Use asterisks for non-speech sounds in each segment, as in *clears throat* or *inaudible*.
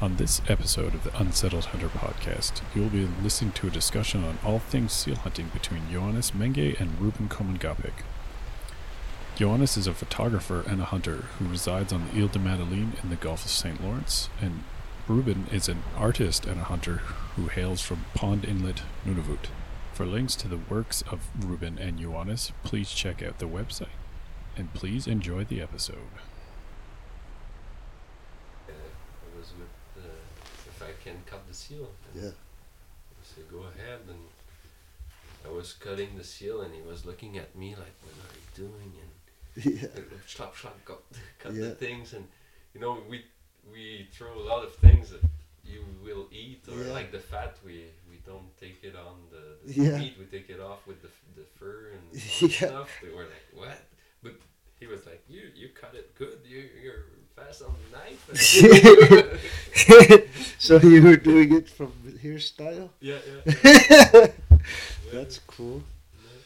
On this episode of the Unsettled Hunter podcast, you will be listening to a discussion on all things seal hunting between Johannes Menge and Ruben Komengapik. Johannes is a photographer and a hunter who resides on the Ile de Madeleine in the Gulf of St. Lawrence, and Ruben is an artist and a hunter who hails from Pond Inlet, Nunavut. For links to the works of Ruben and Johannes, please check out the website. And please enjoy the episode. uh, I was with uh, if I can cut the seal. And Yeah. *laughs* I said, go ahead. And I was cutting the seal, and he was looking at me like, what are you doing? And Yeah. uh, *laughs* stop, stop, cut, cut the Yeah. things. And you know, we we throw a lot of things that you will eat, or Yeah. like the fat, we we don't take it on the, the Yeah. meat, we take it off with the f- the fur *laughs* and all that Yeah. stuff. They were like, what? But he was like, you you cut it good. You you're fast on the *laughs* knife. *laughs* so you were doing it from hairstyle? yeah, yeah. That's cool. Yeah.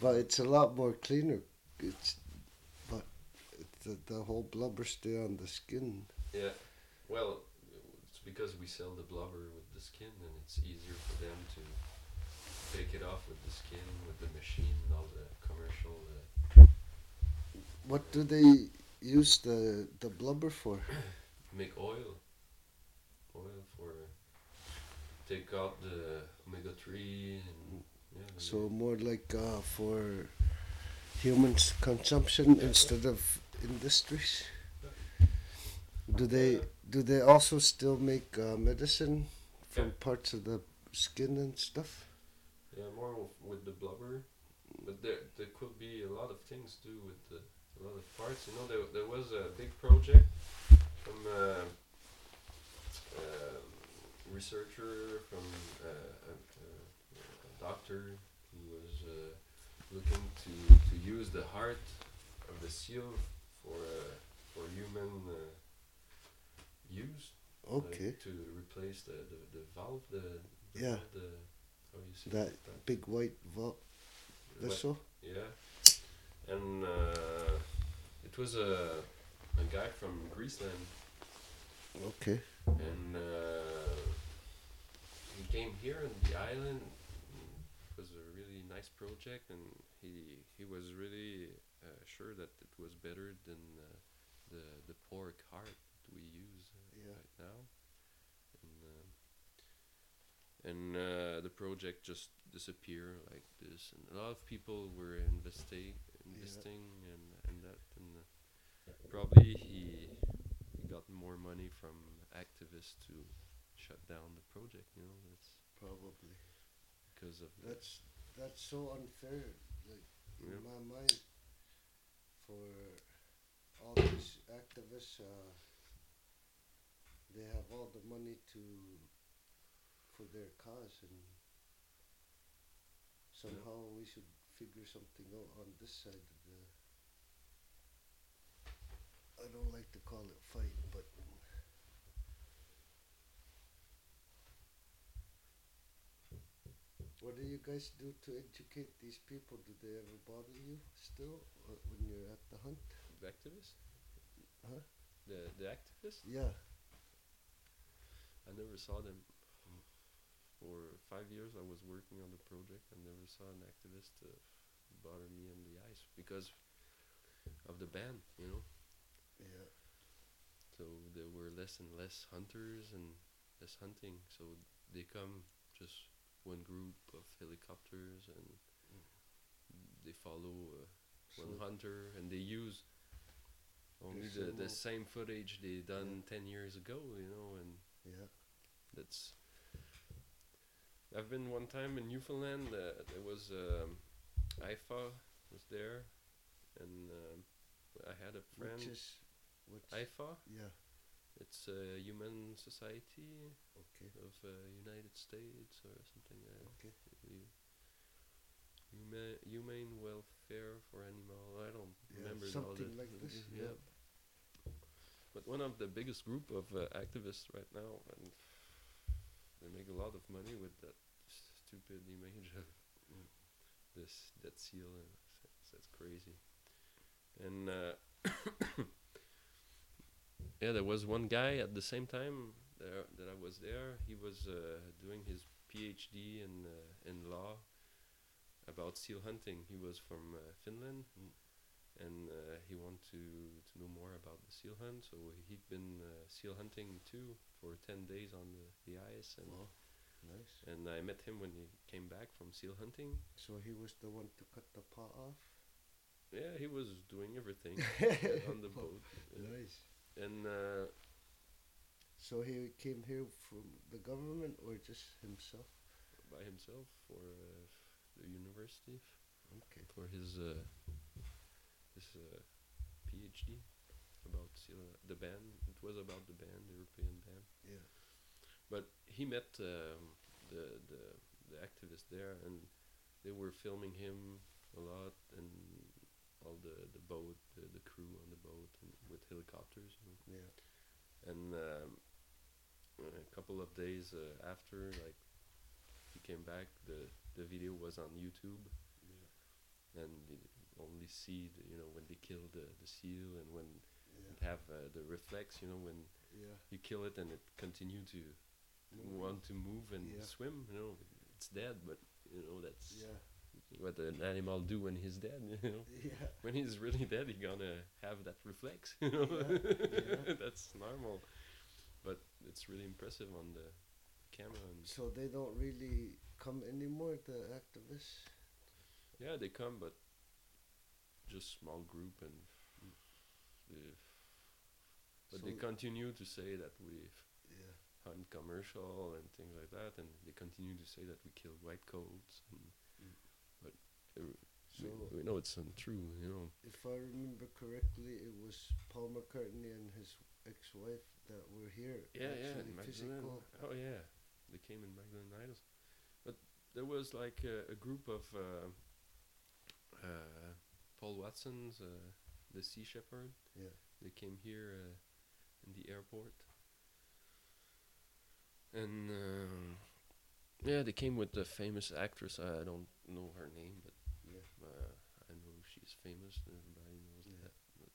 But it's a lot more cleaner. It's but the, the whole blubber stay on the skin. Yeah. Well, it's because we sell the blubber with the skin, and it's easier for them to take it off with the skin, with the machine, and all the commercial. Uh, What do they use the the blubber for? make oil. Oil for take out the omega three and yeah. they So more like uh, for humans consumption instead of industries. Do they do they also still make uh, medicine from parts of the skin and stuff? make- yeah, more w- with the blubber, but there there could be a lot of things to do with the, a lot of parts. You know, there there was a big project from. Uh, um, researcher from uh, a, a, a doctor who was uh, looking to, to use the heart of the seal for uh, for human uh, use. like, Okay, to replace the, the, the valve, the, the Yeah. the how you say that big white vo- What- vessel. yeah, and uh, it was a a guy from Greeceland Okay, and uh, he came here on the island. It was a really nice project, and he he was really uh, sure that it was better than uh, the the pork heart we use uh, Yeah. right now. And um and uh, the project just disappeared like this, and a lot of people were investing investing and and that and. Uh, Probably he, he got more money from activists to shut down the project. You know, that's probably. because of the- That's that's so unfair. Like in Yeah. my mind, for all these activists, uh, they have all the money to for their cause, and somehow we should figure something out on this side of the. I don't like to call it fight, but What do you guys do to educate these people? Do they ever bother you still uh, when you're at the hunt? the activists. Huh? The the activists. Yeah. I never saw them. For five years, I was working on the project. I never saw an activist uh, bother me on the ice because of the ban. You know, Yeah. so there were less and less hunters and less hunting. So they come just one group of helicopters and they follow uh, one So, hunter and they use only There's the, some the more- same footage they done 10 years ago you know and yeah. that's i've been one time in newfoundland uh, there was um, ifa was there and um, i had a friend Which is, which, ifa yeah. it's a human society Okay. of uh, united states or something uh, Okay. hu- huma- humane welfare for animal i don't Yeah, remember all the something like this, *laughs* Mhm, yeah. but one of the biggest group of uh, activists right now and they make a lot of money with that stupid image of this that seal and that's, that's crazy and uh, *coughs* yeah, there was one guy at the same time there that I was there. He was uh, doing his PhD in uh, in law about seal hunting. He was from uh, Finland, and uh, he wanted to to know more about the seal hunt. So he'd been uh, seal hunting too for ten days on the, the ice, and Wow. Nice. and I met him when he came back from seal hunting. So he was the one to cut the paw off. Yeah, he was doing *laughs* everything uh, on the boat, uh, Nice. and uh, So he came here from the government or just himself? by himself for uh, the university Okay. for his uh, his uh, PhD about seal, the band. It was about the band, the European band. Yeah. But he met um, the, the the activists there, and they were filming him a lot, and all the the boat, the, the crew on the boat, and with helicopters. you know. Yeah. And um, a couple of days uh, after, like he came back, the the video was on YouTube, and you only see the, you know when they kill the the seal, and when it Yeah. have uh, the reflex, you know when Yeah. you kill it and it continue to Move. want to move and Yeah. swim. You know, it's dead, but you know that's Yeah. *laughs* what an animal do when he's dead. *laughs* You know, Yeah. when he's really dead, he gonna have that reflex. *laughs* You know, Yeah, yeah. that's normal. But it's really impressive on the camera. And So they don't really come anymore, the activists? yeah, they come, but just small group and. uh, but they So- continue to say that we Yeah. hunt commercial and things like that, and they continue to say that we kill white coats. And, Mm. But uh, So we, we know it's untrue, you know. if I remember correctly, it was Paul McCartney and his ex-wife that were here. Yeah, yeah, actually in Magdalene. physical. Oh yeah, they came in Magdalene Idols, but there was like a, a group of uh, uh, Paul Watson's, uh, the Sea Shepherd. Yeah. They came here uh, in the airport, and um, yeah, they came with the famous actress. I don't know her name, but Yeah. Uh, I know she's famous. Everybody knows Yeah. that. But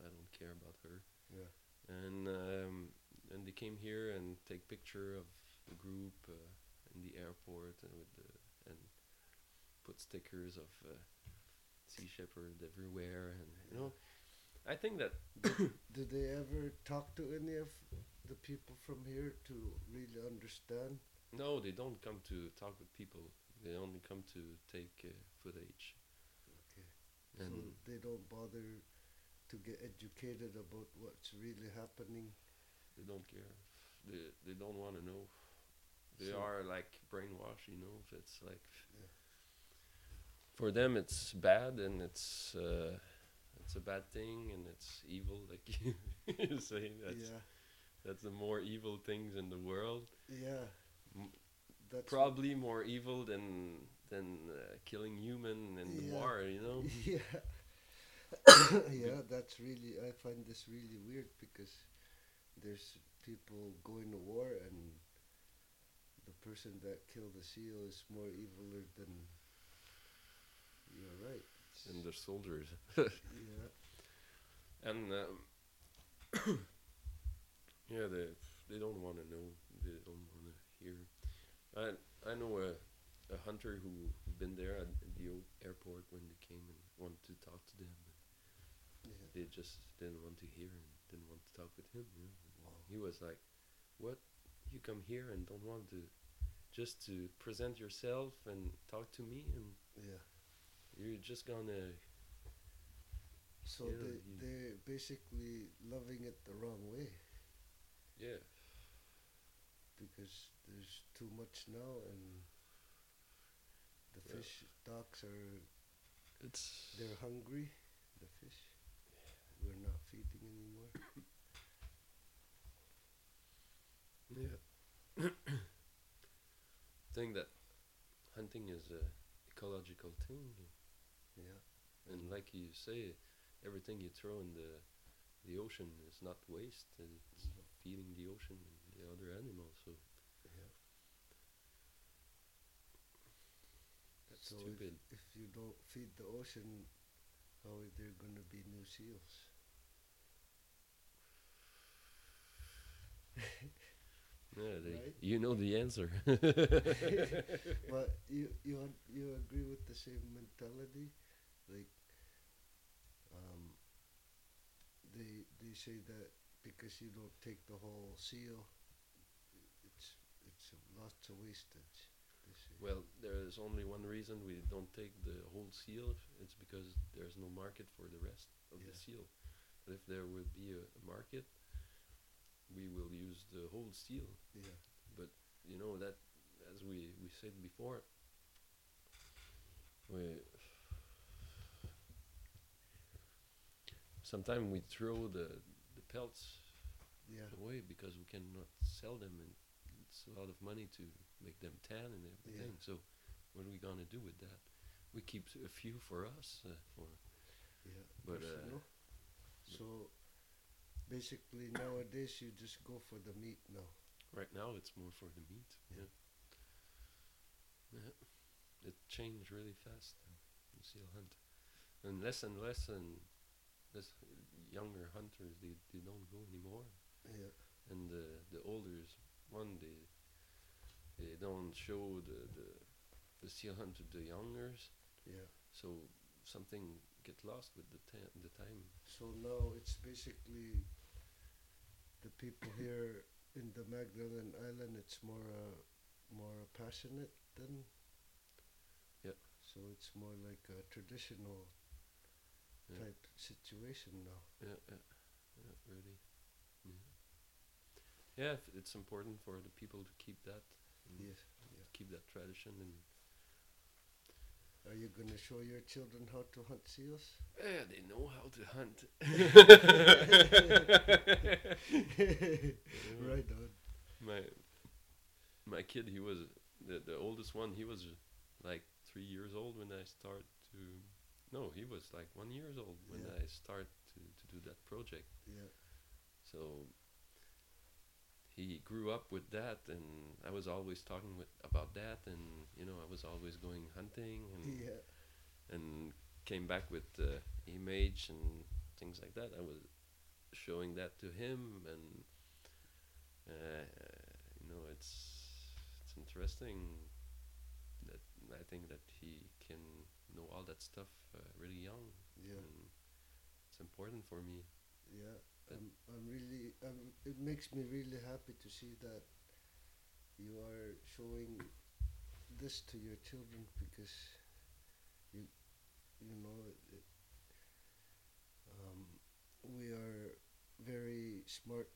I don't care about her. Yeah. And um, and they came here and take picture of the group uh, in the airport and with the and put stickers of uh, Sea Shepherd everywhere. And you know, I think that Did they ever talk to any of the people from here to really understand? no, they don't come to talk with people. They only come to take uh, footage. Okay. And so they don't bother to get educated about what's really happening. They don't care. They they don't want to know. They So- are like brainwashed, you know. If it's like Yeah. for them, it's bad and it's uh, it's a bad thing and it's evil. Like *laughs* you say, that's yeah. that's the more evil things in the world. Yeah. M- That's Probably more evil than than uh, killing human and Yeah. war. You *laughs* know. yeah. *coughs* yeah, that's really. I find this really weird because there's people going to war and the person that killed the seal is more eviler than. You're right. It's- and the soldiers. yeah. And um, *clears throat* yeah, they they don't want to know. They don't want to hear. I I know a a hunter who been there at the o- airport when they came and wanted to talk to them. yeah. They just didn't want to hear and didn't want to talk with him. You know? Wow. He was like, "What? You come here and don't want to just to present yourself and talk to me, and Yeah. you're just gonna So Yeah, they, you- they're basically loving it the wrong way yeah." because there's too much now and the Yeah. fish stocks are It's They're hungry, the fish. We're not feeding anymore. Yeah. *coughs* Think that hunting is a ecological thing, Yeah. and like you say, everything you throw in the the ocean is not waste. and It's No. feeding the ocean and the other animals. So Yeah. that's So if, stupid. if you don't feed the ocean, how are there going to be new seals? Yeah, they, Right? you know the answer. *laughs* but you you un- you agree with the same mentality, like um, they they say that because you don't take the whole seal, it's it's lots of wastage. They say. well, there is only one reason we don't take the whole seal. It's because there's no market for the rest of Yeah. the seal. But if there would be a market, we will use the whole seal. yeah, you know that as we we said before we sometimes we throw the the pelts yeah, away because we cannot sell them and it's a lot of money to make them tan and everything so what are we gonna do with that we keep a few for us uh, for yeah. But, uh, personal. so basically nowadays you just go for the meat now. right now it's more for the meat yeah, Yeah. yeah. it changed really fast the seal hunt and less and less and less younger hunters they, they don't go anymore Yeah, and the the older is- one they they don't show the the, the seal hunt to the youngers yeah. so something get lost with the ta- the time So now it's basically the people here in the Magdalen Island. It's more uh, more passionate than. Yep. So it's more like a traditional Yeah. type situation now. Yeah, yeah, yeah, really. Yeah. yeah, if it's important for the people to keep that. and Yes. to Keep that tradition and Are you gonna show your children how to hunt *laughs* seals? *laughs* yeah, they know how to *laughs* hunt. right on. My my kid, he was the the oldest one. He was like three years old when I start to. No, he was like one years old when Yeah. I start to to do that project. Yeah. So he grew up with that, and I was always talking with about that, and you know I was always going hunting, and Yeah. and came back with uh, image and things like that. I was showing that to him, and uh, you know it's it's interesting that I think that he can know all that stuff uh, really young. Yeah. And it's important for me. Yeah, But- I'm, I'm really, I'm, it makes me really happy to see that you are showing this to your children because you, you know, it, it, um, we are very smart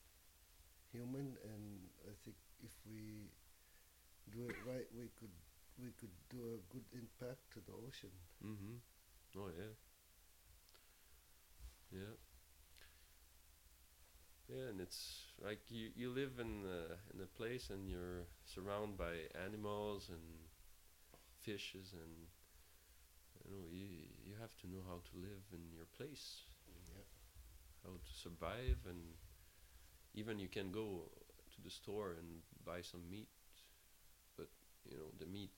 human, and I think if we do it right, we could, we could do a good impact to the ocean. Mm-hmm. Oh yeah. Yeah. Yeah, and it's like you, you live in a, in a place and you're surrounded by animals and fishes and you know you you have to know how to live in your place, Yeah, how to survive, and even you can go to the store and buy some meat, but you know the meat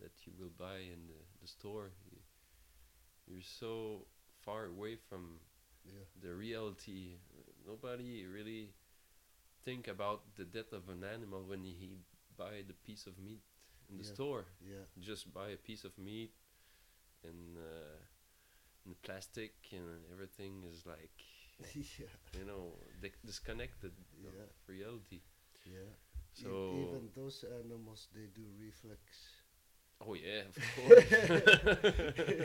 that you will buy in the, the store, y- you're so far away from yeah, the reality. Nobody really think about the death of an animal when he buy the piece of meat in the Yeah. store. *laughs* yeah, Just buy a piece of meat, and uh, and the plastic and everything is like *laughs* yeah, you know di- disconnected of Yeah. reality. yeah. E- So even those animals, they do reflex. oh yeah, *laughs* of course,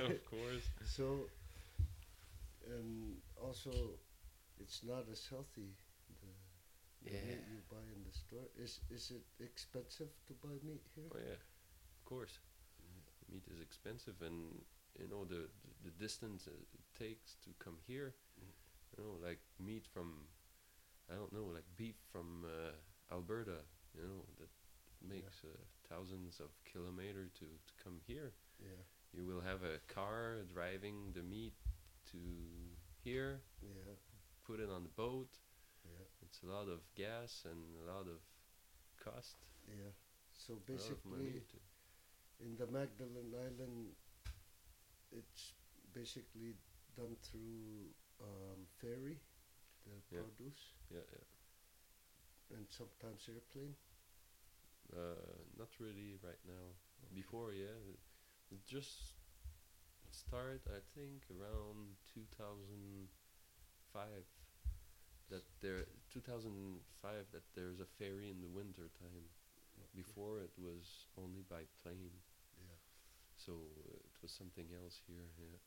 *laughs* of course. So, and also, it's not as healthy. The, the Yeah. meat you buy in the store is is it expensive to buy meat here? Oh yeah, of course. Meat is expensive, and you know the the, the distance uh, it takes to come here. Mm. You know, like meat from, I don't know, like beef from uh, Alberta. You know that makes uh, thousands of kilometer to to come here. Yeah, You will have a car driving the meat to here, yeah, put it on the boat. yeah, It's a lot of gas and a lot of cost. yeah. So a lot of money basically, to- in the Magdalen Island, it's basically done through um, ferry, the Yeah. produce, yeah, yeah. and sometimes airplane? Uh, not really right now. Before, yeah, it just started. I think around 2005 that there 2005 that there's a ferry in the winter time. Before it was only by plane, Yeah. so uh, it was something else here. Yeah.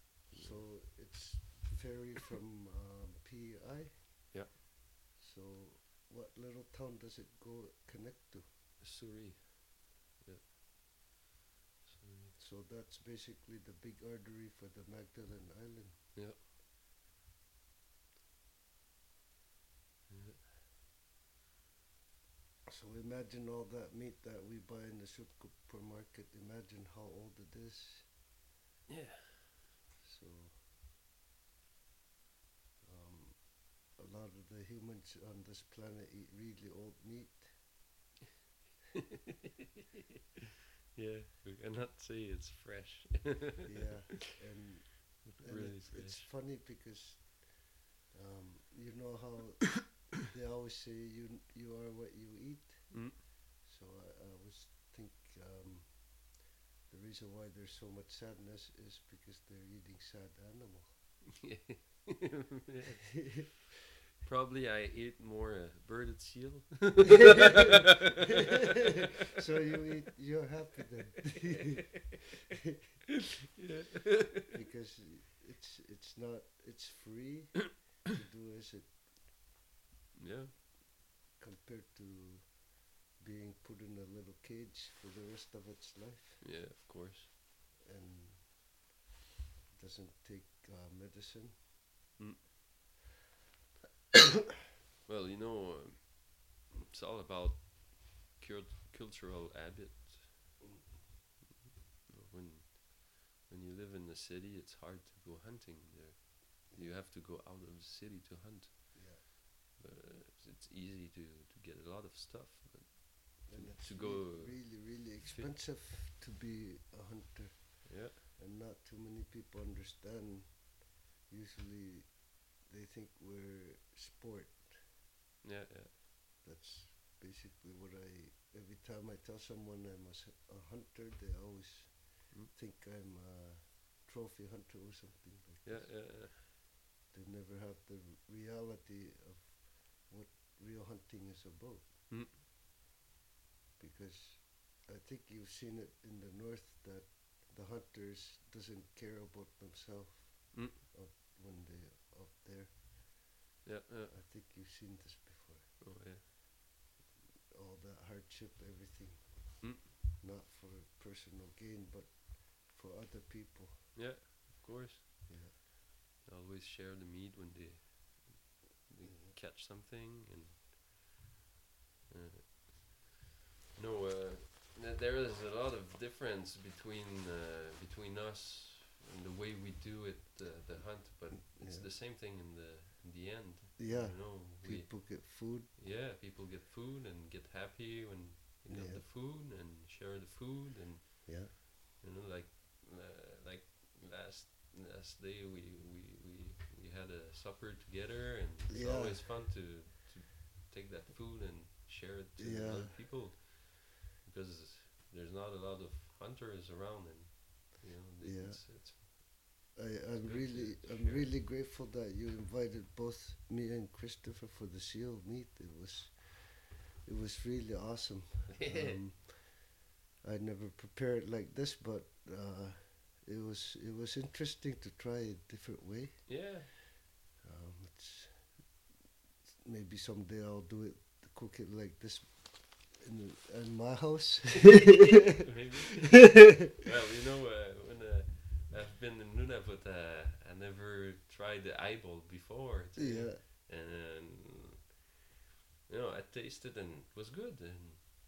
So it's ferry from um, PEI? Yeah. So what little town does it go connect to? Surrey. Yeah. Surrey. So that's basically the big artery for the Magdalen Island. Yeah. So imagine all that meat that we buy in the supermarket. Imagine how old it is. Yeah. So um, a lot of the humans on this planet eat really old meat. Yeah. We cannot say it's fresh. Yeah, and, and *laughs* really it's, fresh. it's funny because um, you know *coughs* how they always say you you are what you eat. Mm. So I, I always think um, the reason why there's so much sadness is because they're eating sad animal. *laughs* *laughs* Probably I ate more uh, birded seal. so you eat, you're happy *laughs* then, *laughs* because it's it's not it's free to do as it Yeah. compared to being put in a little cage for the rest of its life Yeah, of course. and doesn't take uh, medicine. Well, you know, um, it's all about cult- cultural habit. When when you live in the city, it's hard to go hunting there. You have to go out of the city to hunt. Yeah, But uh, it's- it's easy to, to get a lot of stuff. But and To- it's to re- go- really really expensive to be a hunter. yeah, and not too many people understand. Usually, they think we're sport. yeah, yeah. That's basically what I. Every time I tell someone I'm a, s- a hunter, they always Mm. think I'm a trophy hunter or something like Yeah, this. yeah, yeah. They never have the reality of what real hunting is about. Mm. Because I think you've seen it in the north that the hunters doesn't care about themselves Mm. up when they up there. Yeah, yeah. I think you've seen this before. Oh, yeah. All that hardship, everything, Mm. not for personal gain, but for other people. Yeah, of course. Yeah. They always share the meat when they, they Mm-hmm. catch something and. Uh, no, uh, th- there is a lot of difference between uh, between us and the way we do it, uh, the hunt. But it's Yeah. the same thing in the in the end. Yeah. You know, we People get food. yeah, people get food and get happy when they get Yeah. the food and share the food and Yeah. you know like uh, like last last day we we, we we had a supper together and it's Yeah. always fun to, to take that food and share it to Yeah. other people because there's not a lot of hunters around and you know they- Yeah. it's, *laughs* it's *laughs* I, good I'm to- really, to I'm share. really grateful that you invited both me and Christopher for the seal E meet. It was, it was really awesome. *laughs* Um, I never prepared like this, but uh, it was, it was interesting to try a different way. yeah Um, it's maybe someday I'll do it, cook it like this, in, in my house. *laughs* maybe well you know uh, when uh, I've been in Nunavut uh, I never tried the eyeball before it's- yeah, and you know I tasted and it was good and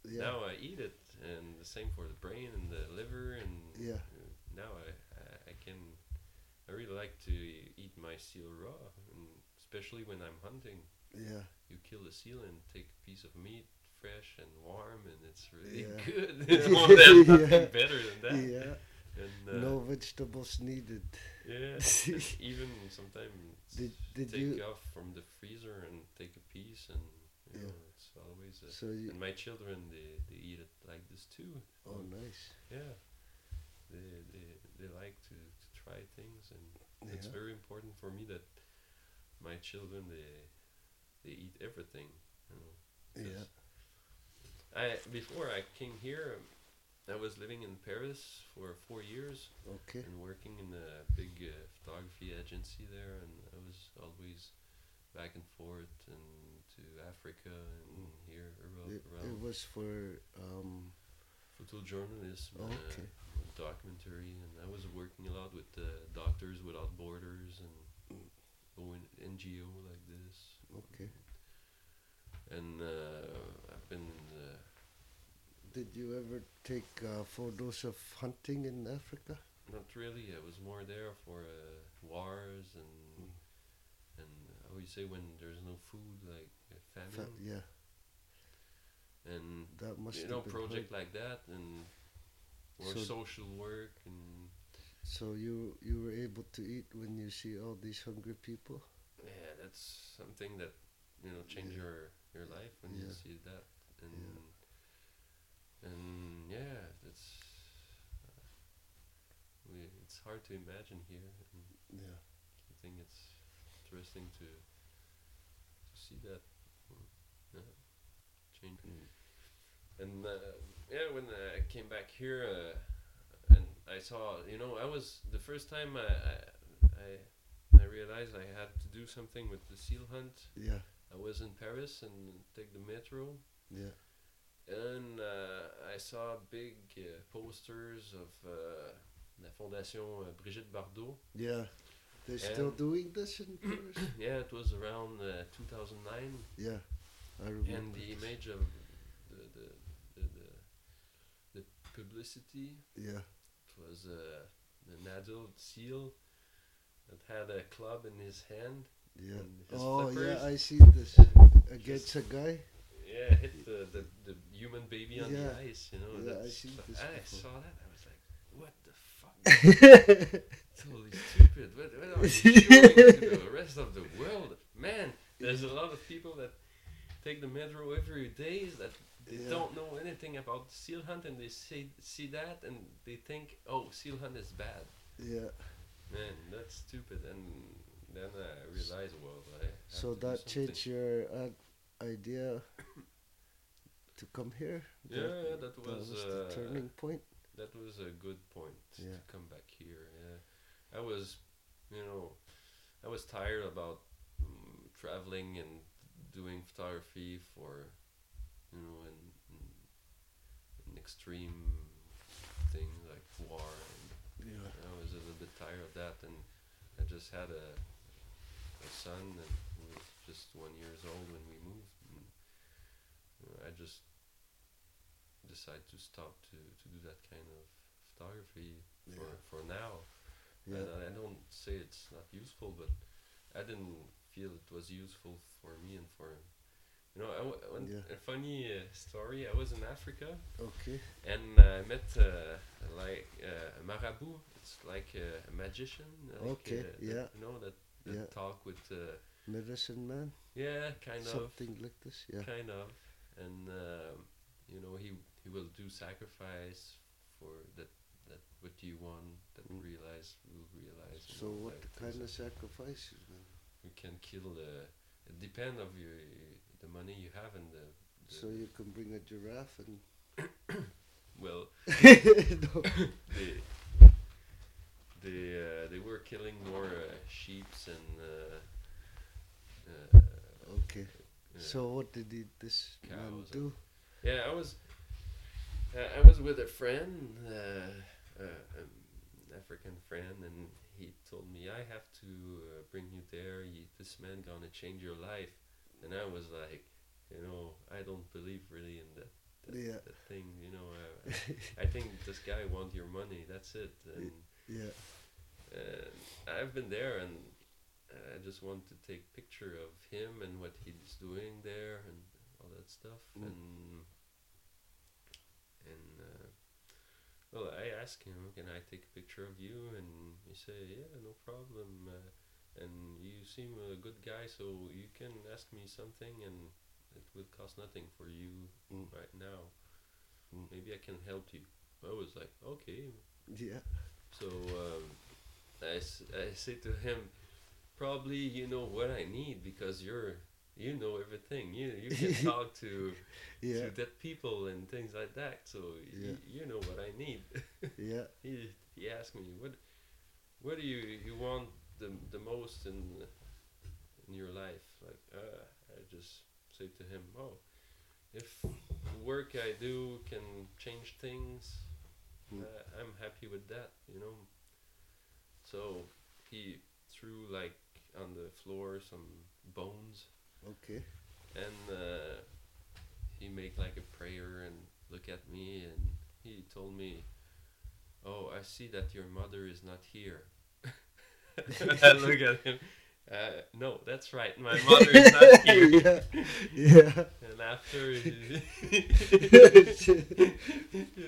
yeah. now I eat it, and the same for the brain and the liver, and Yeah. uh, now I, I I can I really like to eat my seal raw, and especially when I'm hunting, yeah. you kill a seal and take a piece of meat fresh and warm, and it's really Yeah. *laughs* good. *laughs* well, there's nothing Yeah. better than that. Yeah, And, uh, no vegetables needed. *laughs* Yeah. and even sometimes Did- did take you- off from the freezer and take a piece and. You Yeah. Know, it's, always. Uh, So you, and my children, they, they eat it like this too. oh, nice. Yeah, they they, they like to, to try things, and it's Yeah. very important for me that my children they they eat everything. You know. Yeah. Yes. I before I came here, um, I was living in Paris for four years Okay. and working in a big uh, photography agency there, and I was always back and forth and to Africa and here around. It, it around. was for um. photojournalism, and, uh, Okay. documentary, and I was working a lot with uh, Doctors Without Borders and going NGO like this, Okay. and uh, I've been uh, Did you ever take uh, photos of hunting in Africa? not really. I was more there for uh, wars Mm. and and uh, how you say when there's no food, like uh, Fa- famine, yeah, and that must you have know been project hard. like that, and or So- social work and. So you you were able to eat when you see all these hungry people. yeah, that's something that you know change Yeah. your your life when you Yeah. see that and and yeah, that's uh, we, it's hard to imagine here. And Yeah. I think it's interesting to to see that mm, yeah, change. And uh, yeah, when I came back here uh, and I saw, you know, I was the first time I I, I, I realized I had to do something with the seal hunt. Yeah. I was in Paris and take the metro, Yeah. and uh, I saw big uh, posters of uh, la Fondation uh, Brigitte Bardot. Yeah. They're still And- doing this in *clears throat* Paris. yeah, it was around uh, 2009, yeah. I remember. and the this. image of the the the, the, the publicity Yeah. It was uh, an adult seal that had a club in his hand. Yeah. And his Oh flippers. yeah, I see this against a *laughs* guy. Yeah, hit the, the, the human baby on Yeah. the ice, you know. Yeah, I that's- seen this "Ah, I before. saw that. I was like, what the *laughs* fuck? totally stupid. What, what are you *laughs* showing to the rest of the world? Man, there's a lot of people that take the metro every day that they Yeah. don't know anything about seal hunt and they see, see that and they think, oh, seal hunt is bad. yeah. Man, that's stupid. And then I realized, well, I have to So do that something. changed your uh, idea *coughs* to come here. Yeah, yeah, that was, the uh, turning point. That was a good point Yeah. to come back here. Yeah, I was, you know, I was tired about mm, traveling and doing photography for, you know, an, an extreme thing like war and Yeah. I was a little bit tired of that, and I just had a, a son that was just one years old when we moved. And uh, I just decided to stop to, to do that kind of photography for, Yeah. for now. Yeah. And uh, I, I don't say it's not useful, but I didn't feel it was useful for me and for You know, I w- one- Yeah. a funny uh, story. I was in Africa Okay. and uh, I met uh, like uh, a marabout. It's like uh, a magician. Like, Okay, uh, that- yeah. You know that, that Yeah. talk with. Uh, Medicine man. yeah, kind of, Something like this. Yeah. kind of, and um, you know he he will do sacrifice for that that what you want that Mm. realize will realize. you So know, what like things kind of like- sacrifice? You can kill the. It depend of your the money you have and the. the So you can bring a giraffe *laughs* and *laughs* well, No. they they uh, they were killing more uh, sheeps and uh, uh, okay. uh, So what did he, this man Cows, I do? yeah I was uh, I was with a friend uh, uh, um, African friend and he told me I have to uh, bring you there He- this man gonna change your life and I was like you know I don't believe really in that that, Yeah. that thing you know I, *laughs* I- I think this guy want your money that's it and Yeah. and Uh, I've been there, and uh, I just want to take picture of him and what he's doing there and all that stuff. Mm. And and uh, well, I asked him, "Can I take a picture of you?" And he said, "Yeah, no problem." Uh, and you seem a good guy, so you can ask me something, and it would cost nothing for you Mm. right now. Mm. Maybe I can help you. I was like, okay. Yeah. So um, I, s- I say to him, probably you know what I need because you're you know everything. You you can *laughs* talk to Yeah. to dead people and things like that. So Yeah. y- you know what I need. *laughs* Yeah. he he asked me what what do you you want the the most in in your life like uh, I just say to him oh if the work I do can change things Mm. uh, I'm happy with that you know so he threw like on the floor some bones *laughs* Okay. and uh, he made like a prayer and look at me and he told me oh i see that your mother is not here *laughs* i look at him uh, no that's right my mother is *laughs* not here *laughs* yeah. Yeah. and after he- *laughs* you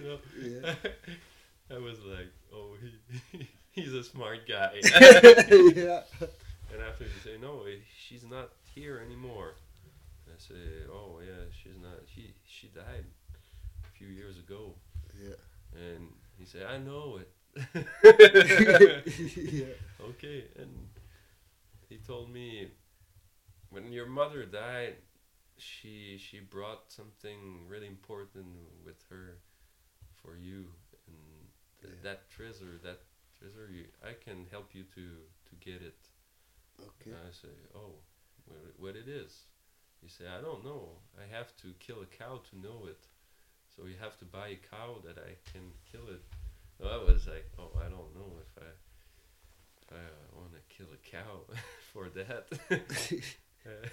know *laughs* Yeah. i was like oh he *laughs* he's a smart guy *laughs* yeah. *laughs* And after you say no, eh, she's not here anymore. And I say, oh yeah, she's not. She she died a few years ago. Yeah. *laughs* And he said, I know it. *laughs* yeah. okay. And he told me when your mother died, she she brought something really important with her for you, and th- Yeah. that treasure, that treasure, you, I can help you to to get it. Okay. And I say, oh, what, what it is? He say, I don't know. I have to kill a cow to know it. So you have to buy a cow that I can kill it. So I was like, oh, I don't know if I, if I want to kill a cow *laughs* for that. Uh,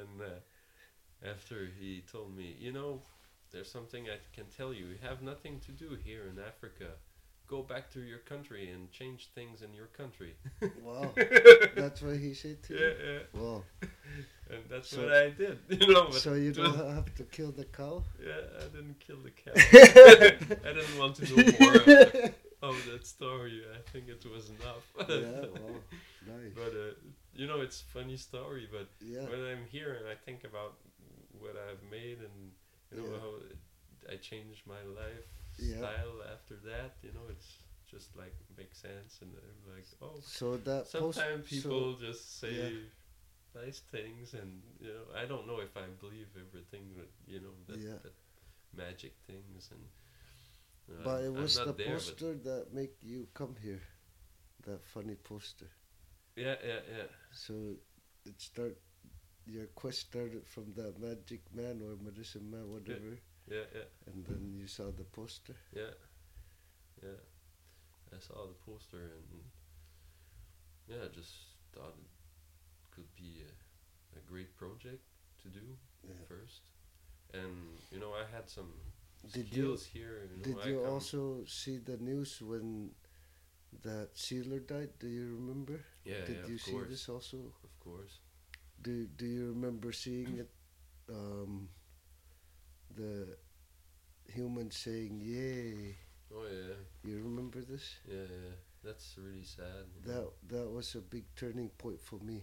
and uh, after he told me, you know, there's something I can tell you. You have nothing to do here in Africa. Go back to your country and change things in your country. wow. That's what he said to yeah, you. yeah. Wow. And that's So- what I did, *laughs* you know. But So you it *laughs* don't was- have to kill the *laughs* cow. Yeah, I didn't kill the cow. I didn't want to know more of, *laughs* of that story. I think it was enough. yeah. *laughs* Wow. Nice. But uh, you know, it's funny story. But yeah. when I'm here and I think about what I've made and you know Yeah. how it- I changed my life Yeah. style after that, you know, it's just like makes sense. And I'm like, oh, So that post- Sometimes so- people just say yeah. nice things, and you know, I don't know if I believe everything, but you know, that, Yeah. that magic things, and you know, but uh, I'm- it was I'm the not there, but- poster that make you come here. That funny poster. yeah, yeah, yeah, So it start your quest started from that magic man or medicine man, whatever, yeah, yeah, and then you saw the poster. yeah, yeah. I saw the poster, and yeah, I just thought it could be a, a great project to do Yeah. first, and you know, I had some Did you skills here. You know, did I you come- also see the news when that sealer died? Do you remember? Yeah, did yeah, you of see course, this also? of course. Do Do you remember seeing it? Um, the human saying "Yay!" Oh yeah, You remember this? yeah, yeah. That's really sad. you that know. that was a big turning point for me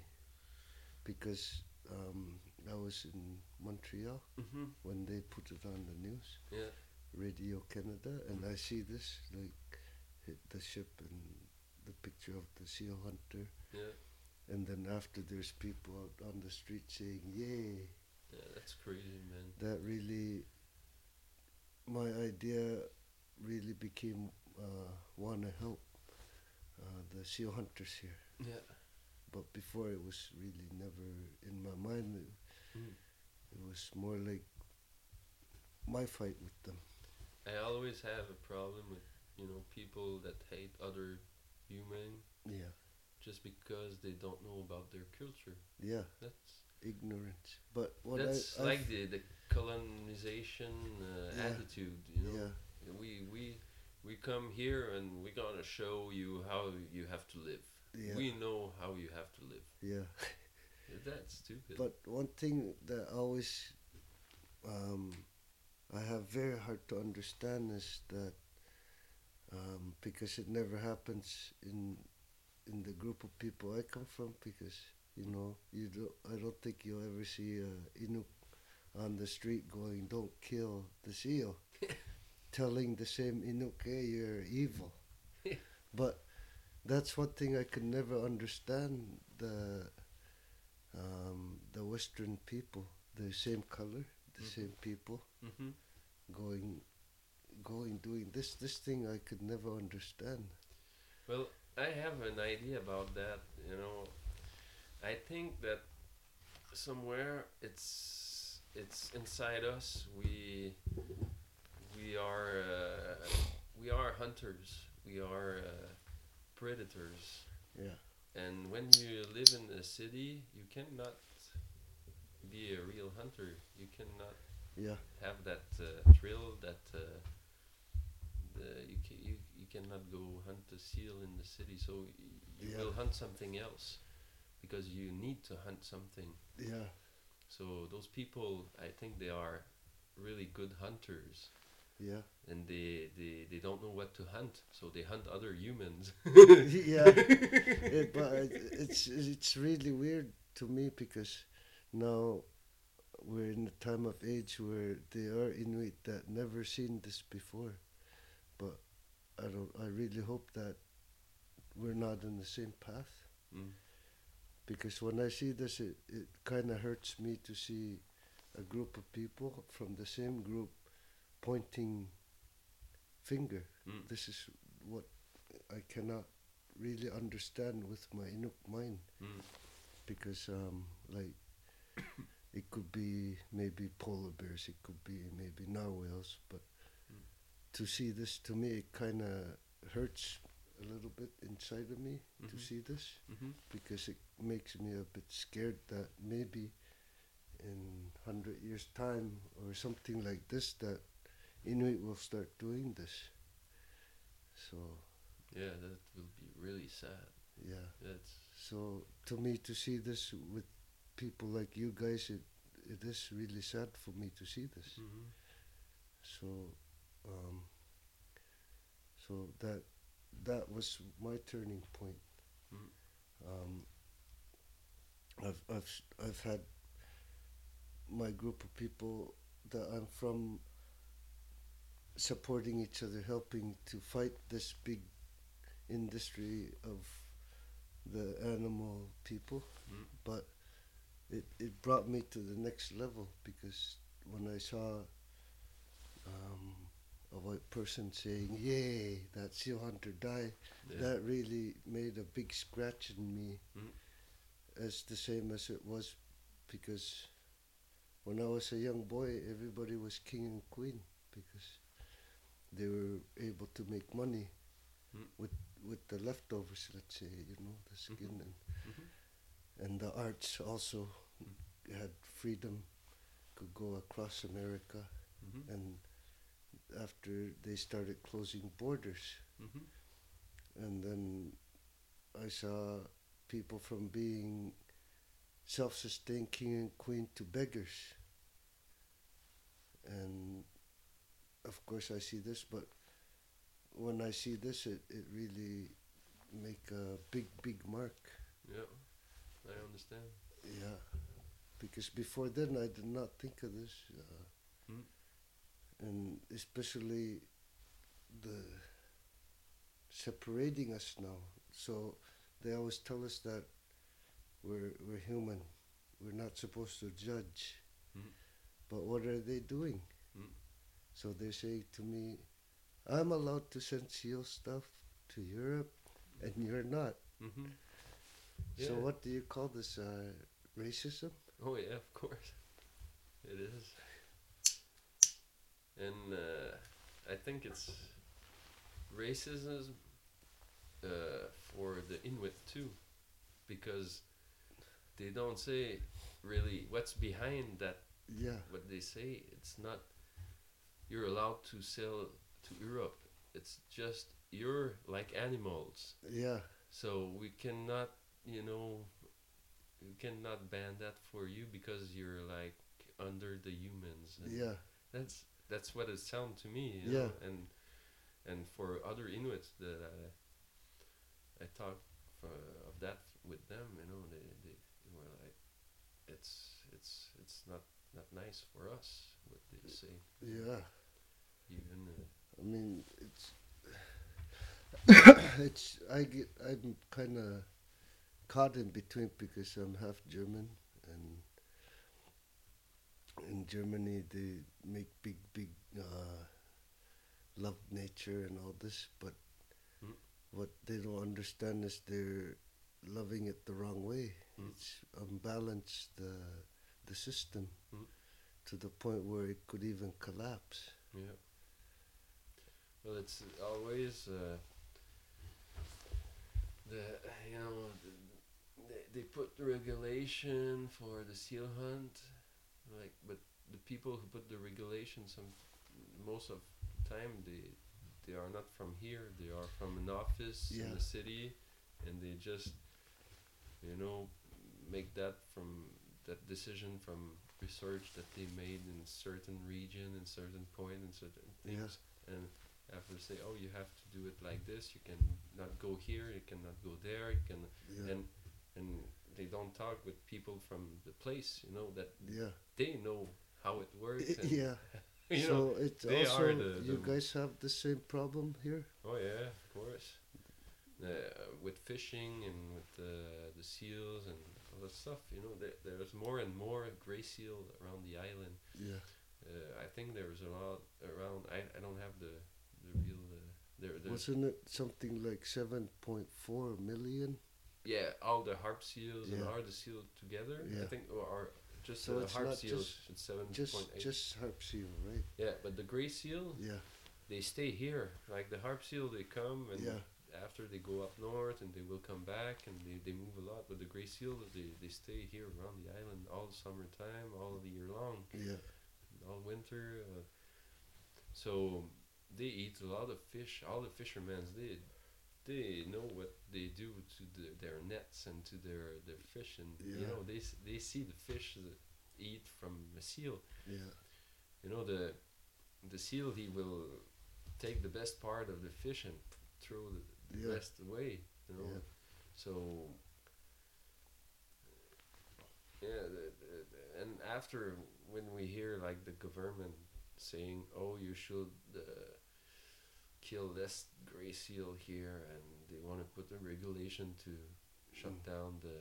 because um, I was in Montreal Mhm. when they put it on the news, Yeah. Radio Canada, and I see this like hit the ship and the picture of the seal hunter, Yeah, and then after there's people out on the street saying "Yay!" yeah. That's crazy, man. That really, my idea really became uh, want to help uh, the seal hunters here. Yeah, but before it was really never in my mind. It, Mm. it was more like my fight with them. I always have a problem with you know people that hate other human Yeah, just because they don't know about their culture. yeah, That's ignorance. But what that's I, like I've- the the colonization uh, Yeah. attitude. You know, yeah, we we we come here and we're gonna show you how you have to live. Yeah. We know how you have to live. yeah. That's stupid. But one thing that I always um, I have very hard to understand is that um, because it never happens in in the group of people I come from because you know you don't I don't think you'll ever see a Inuk on the street going, "Don't kill the seal," telling the same Inuke you're evil. but that's one thing I could never understand the um, the Western people, the same color, the Mhm. same people Mm-hmm. going going doing this this thing I could never understand. Well, I have an idea about that. You know, I think that somewhere it's it's inside us. We we are uh, we are hunters. We are uh, predators. Yeah. And when you live in a city, you cannot be a real hunter. You cannot Yeah. have that uh, thrill that uh, the, you, ca- you you cannot go hunt a seal in the city. So y- you Yeah. will hunt something else because you need to hunt something. Yeah. So those people, I think they are really good hunters, Yeah. and they they, they don't know what to hunt, so they hunt other humans. *laughs* yeah. It, but it- it's it's really weird to me because now we're in a time of age where there are Inuit that never seen this before. But I don't I really hope that we're not on the same path. Mm. because when I see this, it, it kind of hurts me to see a group of people from the same group pointing finger. Mm. This is what I cannot really understand with my Inuk mind Mm. because, um, like, *coughs* it could be maybe polar bears, it could be maybe narwhals, but Mm. to see this to me, it kind of hurts a little bit inside of me to Mhm. see this hmm because it makes me a bit scared that maybe in 100 years time or something like this that inuit will start doing this so Yeah, that will be really sad. yeah That's so to me to see this with people like you guys it, it is really sad for me to see this Mhm. Mm-hmm. so um, so that that was my turning point Mm. um, I've, I've I've had my group of people that I'm from supporting each other helping to fight this big industry of the animal people Mm. but it, it brought me to the next level because when I saw um, a white person saying, "Yay, that seal hunter died," mm-hmm. yeah. that really made a big scratch in me. Mm. As the same as it was, because when I was a young boy, everybody was king and queen because they were able to make money Mm. Mm-hmm. with with the leftovers. Let's say you know the skin and Mhm. and the arts also Mm. had freedom, could go across America. Mhm. And after they started closing borders, Mhm. and then I saw people from being self sustained king and queen to beggars. And of course, I see this, but when I see this, it, it really make a big, big mark. Yeah, I understand. Yeah, because before then I did not think of this, uh, Mm. and especially the separating us now. So they always tell us that we're we're human, we're not supposed to judge, Mm. but what are they doing? Mm. So they're saying to me, "I'm allowed to send seal stuff to Europe, and you're not." hmm So Yeah. what do you call this? Uh, racism? Oh yeah, of course. It is. And uh, I think it's racism uh, for the Inuit too, because they don't say really what's behind that. Yeah. What they say, it's not. You're allowed to sell to Europe. It's just you're like animals. Yeah, So we cannot, you know, we cannot ban that for you because you're like under the humans. and yeah, That's that's what it sounds to me. You Yeah. Know? And and for other Inuits that I, I talked for, of that with them, you know, they, they, they were like, it's it's it's not not nice for us what they say. Yeah. Even uh, I mean, it's it's I get I'm kind of caught in between because I'm half German and in Germany they make big big uh, love nature and all this, but Mm. what they don't understand is they're loving it the wrong way. Mm. It's unbalanced the the system Mm. to the point where it could even collapse. Yeah. Well, it's always uh, the you know the, they they put the regulation for the seal hunt, like but the people who put the regulation some most of the time they they are not from here. They are from an office in Yeah. the city, and they just you know make that from that decision from research that they made in certain region and certain point and certain Yeah. things and after say oh you have to do it like this you can not go here you cannot go there you can Yeah. and and they don't talk with people from the place you know that Yeah. they know how it works and yeah. *laughs* you so know it's they also are the- you the- guys have the same problem here. oh yeah of course uh, with fishing and with the the seals and all that stuff you know there, there's more and more gray seal around the island Yeah. Uh, I think there was a lot around. I, I don't have the the real uh, there there's Wasn't it something like seven point four million? yeah all the harp seals and Yeah. all the seal together. I Yeah. think or, or just So the it's harp not seals just- it's seven Just point eight. just harp seal, right? yeah, but the gray seal Yeah. they stay here. Like the harp seal, they come and Yeah. after they go up north and they will come back and they, they move a lot. But the gray seal they they stay here around the island all summertime, all the year long. Yeah. all winter. Uh, so they eat a lot of fish. All the fishermen, they they know what they do to the, their nets and to their their fish, and you Yeah. know they s- they see the fish that eat from a seal. Yeah. You know the the seal he will take the best part of the fish and throw the, the Yeah. rest away. You know, Yeah. so. Yeah, the, the, the- and after when we hear like the government saying, "Oh, you should uh, kill less gray seal here," and they want to put a regulation to shut Mm. down the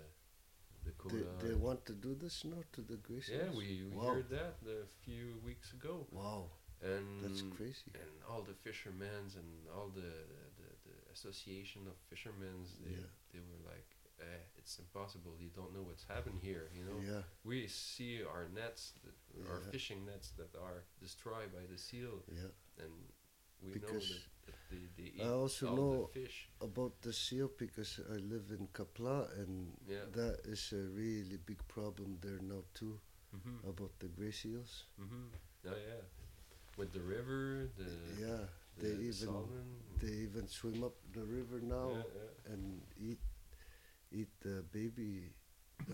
the They, quota. they want to do this now to the Gracies? yeah, we, we wow. heard that a few weeks ago, Wow. and That's crazy. and all the fishermen's and all the the, the association of fishermen's they, Yeah. they were like eh, it's impossible you don't know what's happened here you know Yeah. we see our nets that, our Yeah. fishing nets that are destroyed by the seal Yeah. and we know Because that, that they, they eat I also all know- the fish About the seal because I live in Kapla and Yeah. that is a really big problem there now too mm-hmm. about the gray seals. mm-hmm. oh yeah with the river the yeah. the They even salmon they even swim up the river now. yeah, yeah. and eat eat the baby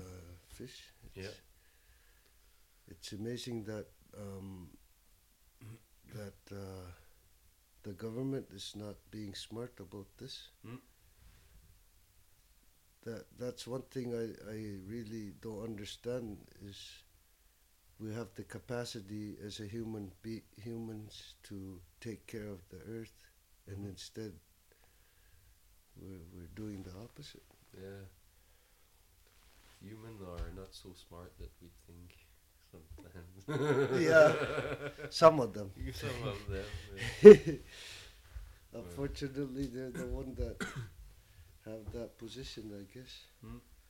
uh, fish. Yeah. It's- It's amazing that um, that uh, the government is not being smart about this. Mm. That that's one thing I, I really don't understand is we have the capacity as a human be humans to take care of the earth and instead we're, we're doing the opposite. Yeah. Human are not so smart that we think sometimes. Yeah. Some of them. *laughs* Some of them. yeah. Unfortunately, they're the one that have that position, I guess. Mm.